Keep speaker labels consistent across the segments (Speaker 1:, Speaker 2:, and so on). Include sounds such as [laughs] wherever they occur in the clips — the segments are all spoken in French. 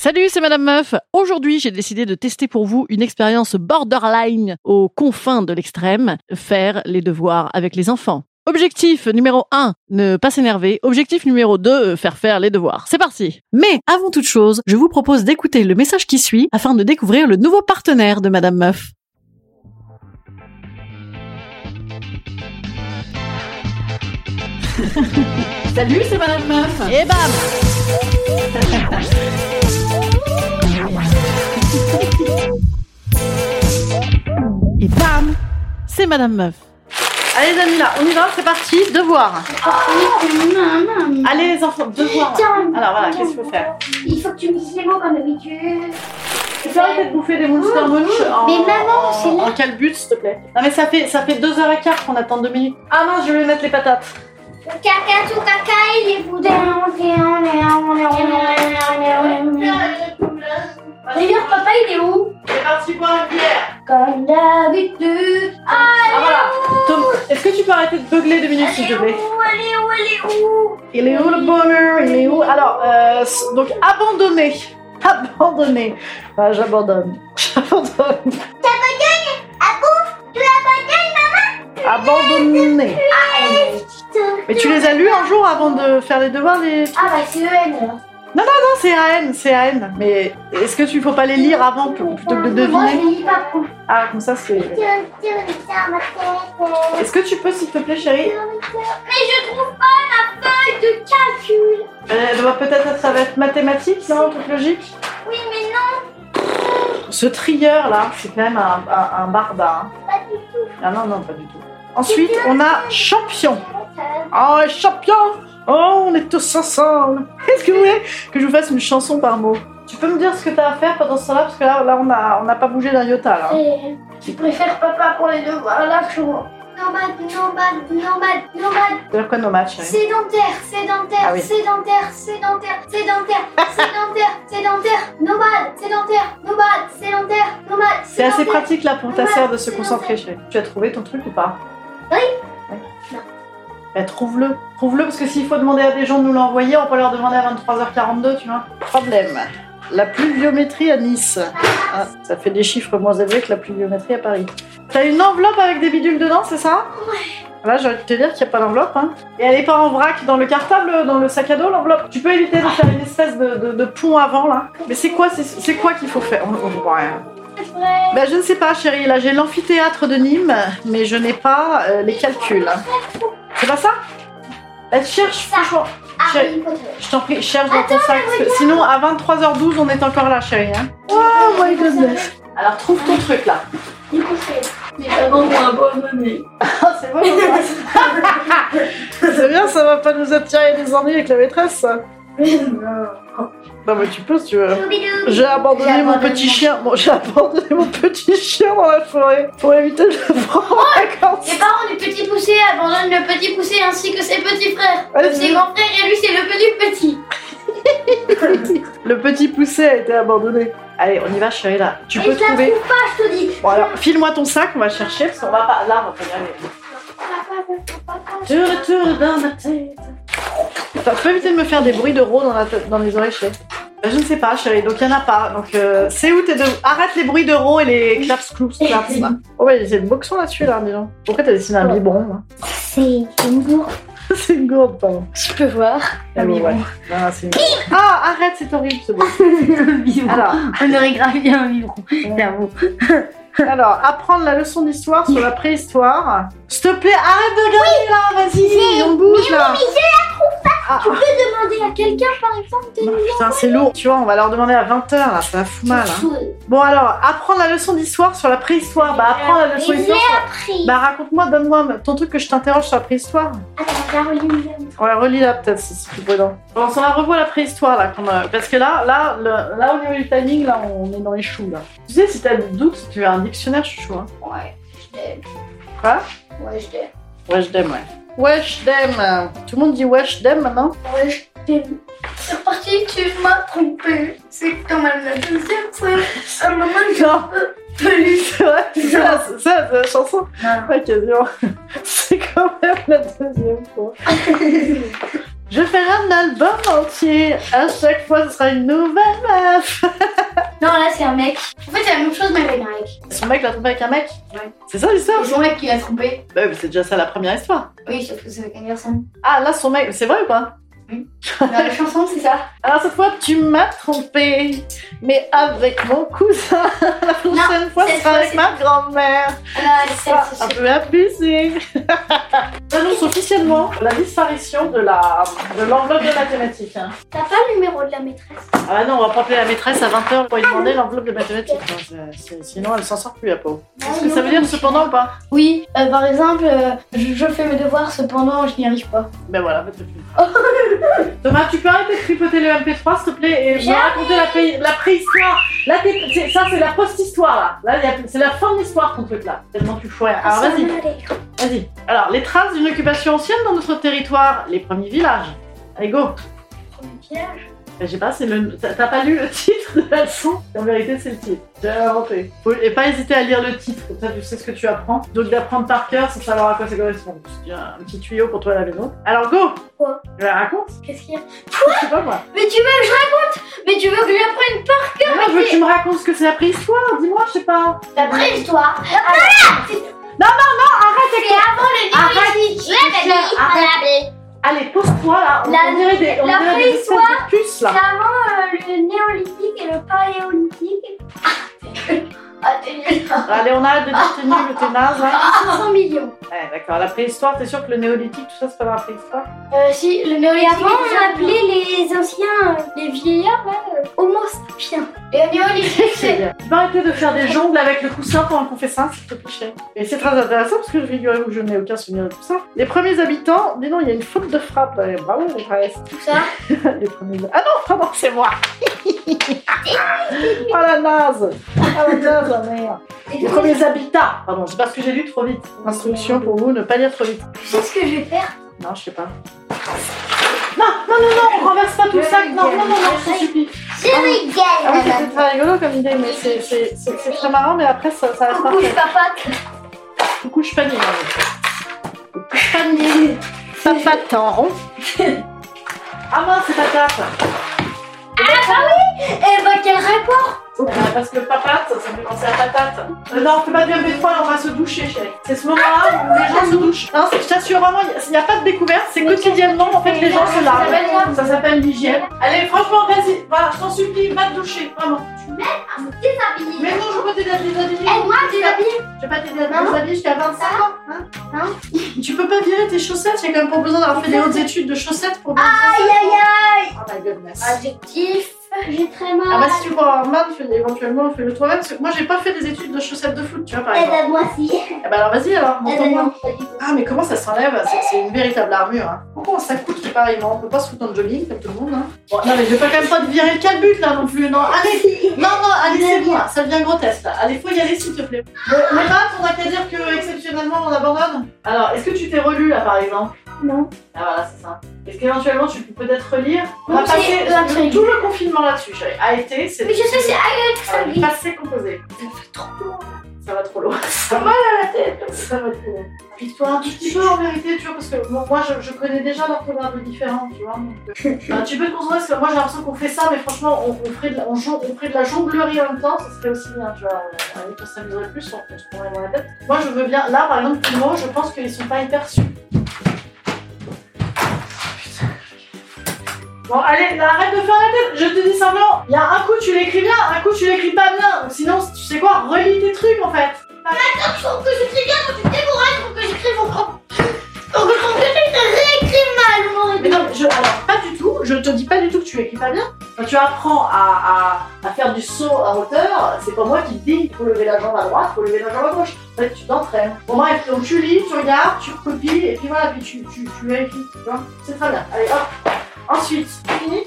Speaker 1: Salut, c'est Madame Meuf. Aujourd'hui, j'ai décidé de tester pour vous une expérience borderline aux confins de l'extrême, faire les devoirs avec les enfants. Objectif numéro 1, ne pas s'énerver. Objectif numéro 2, faire faire les devoirs. C'est parti Mais avant toute chose, je vous propose d'écouter le message qui suit afin de découvrir le nouveau partenaire de Madame Meuf. [laughs] Salut, c'est Madame Meuf Et bam Et bam C'est Madame Meuf. Allez les amis, là, on y va, c'est parti, devoir. Allez les enfants, devoir.
Speaker 2: Tiens.
Speaker 1: Alors voilà, qu'est-ce qu'il faut faire
Speaker 2: Il faut que tu me dises les mots comme d'habitude.
Speaker 1: Tu peux arrêter de bouffer des Monster Munch en,
Speaker 2: Mais maman, c'est
Speaker 1: en,
Speaker 2: là.
Speaker 1: en quel but, s'il te plaît Non mais ça fait ça fait deux heures et quart qu'on attend deux minutes. Ah non, je vais mettre les patates.
Speaker 2: Le caca, tout caca et les boudins.
Speaker 1: Ah
Speaker 2: D'ailleurs, papa, il est où
Speaker 1: C'est parti pour la bière.
Speaker 2: Comme d'habitude.
Speaker 1: Ah voilà. Tom, est-ce que tu peux arrêter de beugler deux minutes, s'il
Speaker 2: Elle
Speaker 1: te
Speaker 2: est
Speaker 1: plaît
Speaker 2: où Elle est où Elle est où
Speaker 1: Il est où le bonheur Il est où Alors, euh, s- donc [laughs] abandonner. Abandonner. Ah, j'abandonne. [laughs] J'abandonne. Abandonner. Ah. Mais tu les as lus un jour avant de faire les devoirs les... Non,
Speaker 2: Ah bah c'est EN alors.
Speaker 1: c'est AN, c'est AN. Mais est-ce que tu faut pas les lire avant pl- plutôt que de
Speaker 2: Moi
Speaker 1: deviner
Speaker 2: je lis pas pour.
Speaker 1: Ah, comme ça c'est... Est-ce que tu peux, s'il te plaît, chérie
Speaker 2: Mais je trouve pas la feuille de calcul.
Speaker 1: Elle doit peut-être être avec mathématiques, non Un truc logique
Speaker 2: Oui mais non,
Speaker 1: Ce trieur, là, c'est quand même un, un, un barbare. hein.
Speaker 2: pas du tout.
Speaker 1: Ah non, non, pas du tout. Ensuite, on a champion. Oh, champion Oh, on est tous ensemble Est-ce que vous voulez que je vous fasse une chanson par mot Tu peux me dire ce que t'as à faire pendant ce temps-là Parce que là, là on a on n'a pas bougé d'un iota, là.
Speaker 2: Et tu préfères papa pour les devoirs là, je vois. Nomade, nomade, nomade, nomade.
Speaker 1: C'est-à-dire quoi nos matchs chérie
Speaker 2: Sédentaire,
Speaker 1: Ah
Speaker 2: sédentaire,
Speaker 1: oui.
Speaker 2: sédentaire, sédentaire, sédentaire, sédentaire, sédentaire, nomade, sédentaire, nomade, sédentaire, nomade.
Speaker 1: C'est assez
Speaker 2: sédentaire.
Speaker 1: pratique, là, pour ta sœur de se concentrer, chérie. Tu as trouvé ton truc ou pas
Speaker 2: Oui.
Speaker 1: Oui.
Speaker 2: Non.
Speaker 1: Ben, trouve-le. Trouve-le, parce que s'il faut demander à des gens de nous l'envoyer, on peut leur demander à 23h42, tu vois. Problème. La pluviométrie à Nice. Ah, ça fait des chiffres moins élevés que la pluviométrie à Paris. T'as une enveloppe avec des bidules dedans, c'est ça Là, j'ai envie de te dire qu'il n'y a pas d'enveloppe. Hein. Et elle n'est pas en vrac dans le cartable, dans le sac à dos, l'enveloppe. Tu peux éviter de faire une espèce de, de- de pont avant, là. Mais c'est quoi, c'est, c'est quoi qu'il faut faire On- on voit rien.
Speaker 2: Vrai.
Speaker 1: Bah, je ne sais pas, chérie. Là, j'ai l'amphithéâtre de Nîmes, mais je n'ai pas euh, les calculs. C'est pas ça Bah, cherche,
Speaker 2: Ça.
Speaker 1: franchement. Chérie,
Speaker 2: Harry Potter.
Speaker 1: je t'en prie, cherche dans ton sac. parce que Sinon, à 23h12, on est encore là, chérie. hein. Oh my goodness. Alors, trouve ton truc, là.
Speaker 2: Du coup, c'est.
Speaker 1: [laughs] Ah, c'est [laughs] bon, C'est bien, ça va pas nous attirer des ennuis avec la maîtresse, ça. Non, mais tu peux si tu veux.
Speaker 2: Choubidou.
Speaker 1: J'ai abandonné, mon petit chien. Bon, j'ai abandonné mon petit chien dans la forêt pour éviter de [laughs] le prendre en vacances.
Speaker 2: Les parents du petit poussé abandonnent le petit poussé ainsi que ses petits frères.
Speaker 1: Vas-y.
Speaker 2: Ses grands frères et lui, c'est le petit petit.
Speaker 1: Le petit poussé a été abandonné. Allez, on y va, chérie, là. Tu
Speaker 2: Et
Speaker 1: peux
Speaker 2: je la
Speaker 1: trouver.
Speaker 2: trouve pas, Ah, je te dis.
Speaker 1: Bon, alors, file-moi ton sac, on va chercher, parce qu'on va pas. Là, on va pas y aller. Tourne, tourne dans ma tête. Attends, tu peux éviter de me faire des bruits de rot dans, la tête- dans les oreilles, chérie Bah, Je ne sais pas, chérie, donc il n'y en a pas. Donc, euh, c'est où tes deux. Arrête les bruits de rot et les claps, cloups, claps. là. Oh, ouais, il y a une boxon là-dessus, là, dis donc. Pourquoi t'as dessiné un biberon là
Speaker 2: C'est une bourre.
Speaker 1: c'est une gourde, pardon.
Speaker 2: Je peux voir.
Speaker 1: Ah,
Speaker 2: oui, bon.
Speaker 1: c'est une gourde. Ah, arrête, c'est horrible ce mot.
Speaker 2: le biberon.
Speaker 1: Alors,
Speaker 2: On aurait grave bien un biberon. J'avoue.
Speaker 1: alors, apprendre la leçon d'histoire sur la préhistoire. S'il te plaît, arrête de regarder là, vas-y, on bouge là. Ah,
Speaker 2: Tu peux demander à quelqu'un, par exemple, de
Speaker 1: ah,
Speaker 2: nous
Speaker 1: putain, c'est lourd, tu vois, on va leur demander à 20h là, ça fout mal. hein.
Speaker 2: Chose.
Speaker 1: Bon, alors, apprendre la leçon d'histoire sur la préhistoire. Bah, apprendre la leçon
Speaker 2: Mais
Speaker 1: d'histoire sur la-
Speaker 2: Après.
Speaker 1: Bah, raconte-moi, donne-moi ton truc que je t'interroge sur la préhistoire.
Speaker 2: Attends, Caroline, viens.
Speaker 1: On la relit là, peut-être, si c'est plus prudent. Bon, on la revoit la préhistoire, là, qu'on a- parce que là, là, le- là, au niveau du timing, là, on est dans les choux, là. Tu sais, si t'as des doutes, tu as un dictionnaire chouchou, hein.
Speaker 2: Ouais, je t'aime.
Speaker 1: Quoi
Speaker 2: Ouais, je t'aime.
Speaker 1: Wesh dem, ouais. Wesh dem Tout le monde dit wesh dem, maintenant
Speaker 2: Ouais, je t'aime. C'est reparti, tu m'as trompé. C'est quand même la deuxième fois. Un moment, je
Speaker 1: [laughs] Non
Speaker 2: peluche.
Speaker 1: C'est vrai, c'est ça, c'est ça, c'est la chanson
Speaker 2: Non.
Speaker 1: Ouais, quasiment. [laughs] C'est quand même la deuxième fois. Je ferai un album entier. À chaque fois, ce sera une nouvelle meuf.
Speaker 2: [laughs] non, là, c'est un mec. En fait, c'est la même chose, mais avec un mec.
Speaker 1: Son mec l'a trompé avec un mec
Speaker 2: Ouais.
Speaker 1: C'est ça l'histoire
Speaker 2: C'est son mec qui l'a trompé.
Speaker 1: Bah, mais c'est déjà ça la première histoire.
Speaker 2: Oui, sauf que c'est avec un garçon.
Speaker 1: Ah, là, son mec, c'est vrai ou pas
Speaker 2: Dans la chanson, c'est ça.
Speaker 1: Alors cette fois, tu m'as trompé, mais avec mon cousin. [laughs] La prochaine fois, ce
Speaker 2: cette
Speaker 1: sera
Speaker 2: fois,
Speaker 1: avec
Speaker 2: c'est-
Speaker 1: ma grand-mère.
Speaker 2: Ah, non,
Speaker 1: Ça,
Speaker 2: c'est
Speaker 1: un peu abusé. [laughs] J'annonce officiellement la disparition de la de l'enveloppe de mathématiques. hein.
Speaker 2: T'as pas le numéro de la maîtresse
Speaker 1: Ah bah non, on va pas appeler la maîtresse à 20h pour lui demander l'enveloppe de mathématiques. hein. C'est- c'est- Sinon, elle s'en sort plus, la pauvre.
Speaker 2: Ah,
Speaker 1: Est-ce que ça veut dire cependant ou pas
Speaker 2: Oui, euh, par exemple, euh, je, je fais mes devoirs, cependant, je n'y arrive pas.
Speaker 1: Ben voilà, peut-être plus. [laughs] Thomas, tu peux arrêter de tripoter le MP3, s'il te plaît, et me
Speaker 2: J'arrive.
Speaker 1: raconter la, pré- la préhistoire. Là, t'es- c'est- ça, c'est la post-histoire, là. Là, y a- c'est la fin de l'histoire, ton truc, là. Tellement tu fouilles.
Speaker 2: Ah,
Speaker 1: Alors, vas-y, vas-y. Alors, les traces d'une occupation ancienne dans notre territoire, les premiers villages. Allez, go. Ben, Je sais pas, c'est le... t'as t'as pas lu le [laughs] titre de la leçon En vérité, c'est le titre. J'ai inventé. Faut- Et pas hésiter à lire le titre, comme ça tu sais ce que tu apprends. Donc d'apprendre par cœur sans savoir à quoi ça correspond. C'est un petit tuyau pour toi à la maison. Alors go
Speaker 2: Quoi
Speaker 1: Je la raconte
Speaker 2: Qu'est-ce qu'il y a
Speaker 1: Je sais pas moi.
Speaker 2: Mais tu veux que je raconte Mais tu veux que j'apprenne
Speaker 1: Non, je veux que tu me racontes ce que c'est la préhistoire, dis-moi, je sais pas.
Speaker 2: La préhistoire Ah, C'est avant le néolithique
Speaker 1: Michel, arrête. Allez, pose-toi là, on,
Speaker 2: La-
Speaker 1: on dirait des, on
Speaker 2: la
Speaker 1: dirait des
Speaker 2: préhistoire,
Speaker 1: espèces de puces
Speaker 2: C'est
Speaker 1: là.
Speaker 2: avant euh, le néolithique et le paléolithique. Ah, t'es nul. Ah, t'es nul.
Speaker 1: Allez, on arrête de
Speaker 2: Ah.
Speaker 1: dire t'es nul ou t'es naze. Hein.
Speaker 2: 500 Ah, millions.
Speaker 1: Ouais, Eh, d'accord, la préhistoire, t'es sûr que le néolithique, tout ça, c'est pas dans la
Speaker 2: [laughs]
Speaker 1: préhistoire
Speaker 2: Euh, si, le
Speaker 3: Et
Speaker 2: néolithique.
Speaker 3: avant,
Speaker 2: était
Speaker 3: on
Speaker 2: déjà
Speaker 3: appelait les anciens, euh, les vieillards, là, euh, homo sapiens.
Speaker 2: Et le néolithique, c'est.
Speaker 1: Tu peux arrêter de faire des jongles avec le coussin pendant qu'on fait ça, s'il te plaît. chérie. Et c'est très intéressant parce que figurez-vous que je n'ai aucun souvenir de tout ça. Les premiers habitants, dis non, il y a une faute de frappe. Ouais, bravo, les fraises.
Speaker 2: Tout ça.
Speaker 1: Les premiers... Ah non, pardon, c'est moi. [laughs] oh la naze. Ah la naze, la merde.
Speaker 2: Et
Speaker 1: Les
Speaker 2: tout
Speaker 1: premiers habitats. Pardon, c'est parce que j'ai lu trop vite. Instruction pour vous, ne pas lire trop vite.
Speaker 2: Tu sais ce que je vais faire
Speaker 1: Non, je sais pas. Non, non, non, non, on renverse pas tout le sac. Non, non, non, non, ça suffit.
Speaker 2: Je
Speaker 1: Ah oui,
Speaker 2: rigole.
Speaker 1: c'était très rigolo comme idée, mais c'est- c'est c'est- c'est très marrant, mais après, ça, ça reste parfait.
Speaker 2: Coucou, papa.
Speaker 1: Coucou, je panier. Coucou, je panier. Papa, t'es en rond. ah mince, c'est patate.
Speaker 3: Ah, bah
Speaker 2: Eh ben, quel rapport
Speaker 1: Euh, parce que patate, ça me fait penser à patate. Euh, non, on fait pas du MP3, là, on va se doucher, chérie. C'est ce moment-là où les gens se douchent. Non, c'est- je t'assure vraiment, il n'y a pas de découverte, c'est quotidiennement, en fait, les gens se
Speaker 2: Ça s'appelle
Speaker 1: lavent.
Speaker 2: quoi
Speaker 1: Ça s'appelle l'hygiène. Allez, franchement, vas-y, voilà, je t'en supplie, va te doucher, vraiment.
Speaker 2: Ah, me déshabiller.
Speaker 1: Mais non, je peux t'aider à te déshabiller.
Speaker 2: Eh, moi, déshabiller
Speaker 1: Je vais pas t'aider à te
Speaker 2: Maman
Speaker 1: déshabiller jusqu'à 25 ans. Hein tu peux pas virer tes chaussettes, j'ai quand même pas besoin d'avoir fait des hautes études de chaussettes pour virer tes
Speaker 2: Aïe,
Speaker 1: chaussettes.
Speaker 2: aïe, aïe.
Speaker 1: Oh my goodness.
Speaker 2: Adjectif.
Speaker 3: J'ai très mal.
Speaker 1: Ah bah si tu vois un man, fais- éventuellement fais-le toi-même. Parce que moi j'ai pas fait des études de chaussettes de foot, tu vois par
Speaker 2: Eh
Speaker 1: exemple.
Speaker 2: ben, moi, si.
Speaker 1: Ah bah alors vas-y alors,
Speaker 2: Eh ben, non,
Speaker 1: montre-moi.
Speaker 2: pas du tout.
Speaker 1: Ah mais comment ça s'enlève C'est- C'est une véritable armure. Hein. Pourquoi ça coûte c'est pareil, on peut pas se foutre dans le jogging comme tout le monde. Hein. Bon, non mais je vais pas quand même pas te virer le calbut là non plus, non.
Speaker 2: [laughs]
Speaker 1: Allez, non non, allez c'est bon, là. ça devient grotesque là. Allez faut y aller s'il te plaît. Bon, mais pas, on a qu'à dire que exceptionnellement on abandonne. Alors est-ce que tu t'es relu là par exemple
Speaker 3: Non.
Speaker 1: Ah voilà, c'est ça. Est-ce qu'éventuellement tu peux peut-être relire On
Speaker 2: Non,
Speaker 1: va
Speaker 2: c'est
Speaker 1: passer
Speaker 2: l'intrigue.
Speaker 1: tout le confinement là-dessus, chérie. A été, c'est
Speaker 2: Mais je sais, c'est Agatha
Speaker 1: euh,
Speaker 2: Christie.
Speaker 1: passé composé. Ça va trop loin. Ça va la tête. Ça va trop loin. Appuie-toi un tout petit peu en vérité, tu vois, parce que bon, moi je, je connais déjà l'orthographe de différent, tu vois. donc, euh, [laughs] bah, tu peux te concentrer parce que moi j'ai l'impression qu'on fait ça, mais franchement on, on ferait de la, on, jo- on ferait de la jonglerie en même temps, ça serait aussi bien, tu vois. Euh, On, on s'amuserait plus, on, on se prendrait moins la tête. Moi je veux bien, là par exemple, les mots, je pense qu'ils sont pas hyper sûrs. Bon, allez, là, arrête de faire la tête. Je te dis simplement, il y a un coup tu l'écris bien, un coup tu l'écris pas bien. Ou sinon, tu sais quoi, relis tes trucs en fait.
Speaker 2: Je trouve que j'écris bien, quand tu me décourages pour que j'écrive encore. Pour que je trouve que je réécris mal, mon
Speaker 1: Mais non, mais je, alors, pas du tout. Je te dis pas du tout que tu écris pas bien. Quand tu apprends à, à- à faire du saut à hauteur, c'est pas moi qui te dis qu'il faut lever la jambe à droite, il faut lever la jambe à gauche. En fait, tu t'entraînes. Bon, bref, donc tu lis, tu regardes, tu recopies, et puis voilà, puis tu, tu, tu vérifies. tu vois. C'est très bien. Allez, hop. Ensuite, c'est fini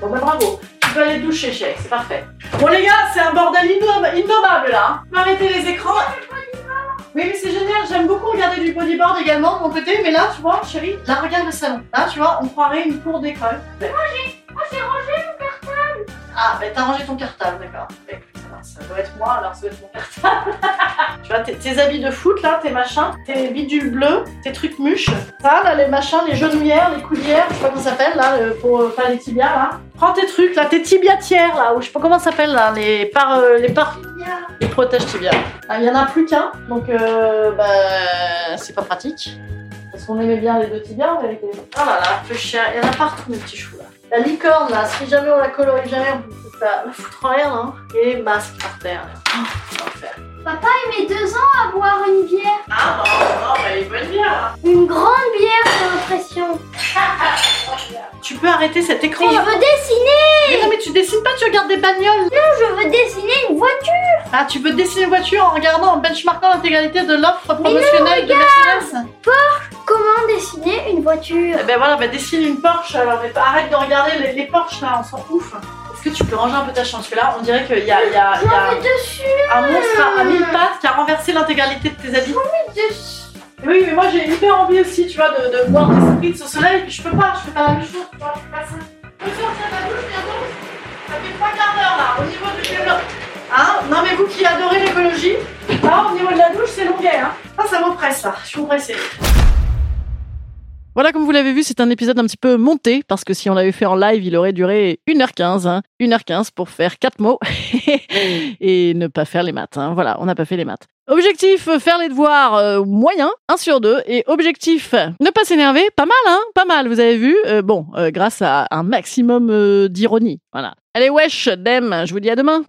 Speaker 1: Bon, ben bravo. Tu peux aller te doucher, chèque, c'est parfait. Bon, les gars, c'est un bordel innom- innommable là. On peut arrêter les écrans. Oui, mais c'est génial, j'aime beaucoup regarder du bodyboard également de mon côté, mais là, tu vois, chérie, là, regarde le salon. Là, tu vois, on croirait une cour d'école. Rangé
Speaker 2: j'ai
Speaker 1: rangé mon cartable Ah, ben t'as rangé ton cartable, d'accord. Ben, écoute, ça va, Ça doit être moi, alors ça doit être mon cartable. [laughs] tu vois, tes, tes habits de foot, là, tes machins, tes bidules bleus, tes trucs mûches, ça, là, les machins, les genouillères, les coulières, je sais pas comment ça s'appelle, là, le- pour euh, faire les tibias, là. Prends tes trucs, là, tes tibiatières, là, ou je sais pas comment ça s'appelle, là, les par... euh, les par... Les protèges tibias. Ah, Il y en a plus qu'un, donc euh, bah, c'est pas pratique. Parce qu'on aimait bien les deux tibias, mais avec les... Oh là là, peu cher, il y en a partout mes petits choux là. La licorne là, si jamais on la colorie jamais, on peut la- la foutre en l'air, hein. Et masque par terre, là. Oh, c'est l'enfer.
Speaker 3: Il met deux ans à boire une bière.
Speaker 1: Ah non, non, mais il bonne bière
Speaker 3: Une grande bière, j'ai l'impression.
Speaker 1: Tu peux arrêter cet écran
Speaker 3: Mais je
Speaker 1: là
Speaker 3: veux dessiner,
Speaker 1: Mais non, mais tu dessines pas, tu regardes des bagnoles
Speaker 3: je veux dessiner une voiture.
Speaker 1: Ah, tu peux dessiner une voiture en regardant, en benchmarkant l'intégralité de l'offre promotionnelle de Mercedes
Speaker 3: Comment dessiner une voiture
Speaker 1: Eh ben voilà, ben dessine une Porsche alors, mais arrête de regarder les, les Porsche là, on s'en ouf. Est-ce que tu peux ranger un peu ta chance Parce que là, on dirait qu'il y a, il y a- il y a
Speaker 3: Mais dessus,
Speaker 1: un monstre à, à mille pattes qui a renversé l'intégralité de tes habits.
Speaker 3: dessus.
Speaker 1: Oui, mais moi j'ai hyper envie aussi, tu vois, de, de voir des sprints au soleil, et puis je peux pas, je peux pas la même chose, tu vois, je peux pas ça. Je peux sortir de la douche bientôt Ça fait trois quarts d'heure là, au niveau du développement. Hein Non mais vous qui adorez l'écologie, là au niveau de la douche c'est longuet, hein Ah, ça m'oppresse là, je suis oppressée.
Speaker 4: Voilà, comme vous l'avez vu, c'est un épisode un petit peu monté, parce que si on l'avait fait en live, il aurait duré 1h15. hein. 1h15 pour faire quatre mots [laughs] et ne pas faire les maths. hein. Voilà, on n'a pas fait les maths. Objectif, euh, faire les devoirs euh, moyen, 1 sur 2. Et objectif, euh, ne pas s'énerver, pas mal, hein Pas mal, vous avez vu Euh, Bon, euh, grâce à un maximum euh, d'ironie. Voilà. Allez, wesh, dem, je vous dis à demain.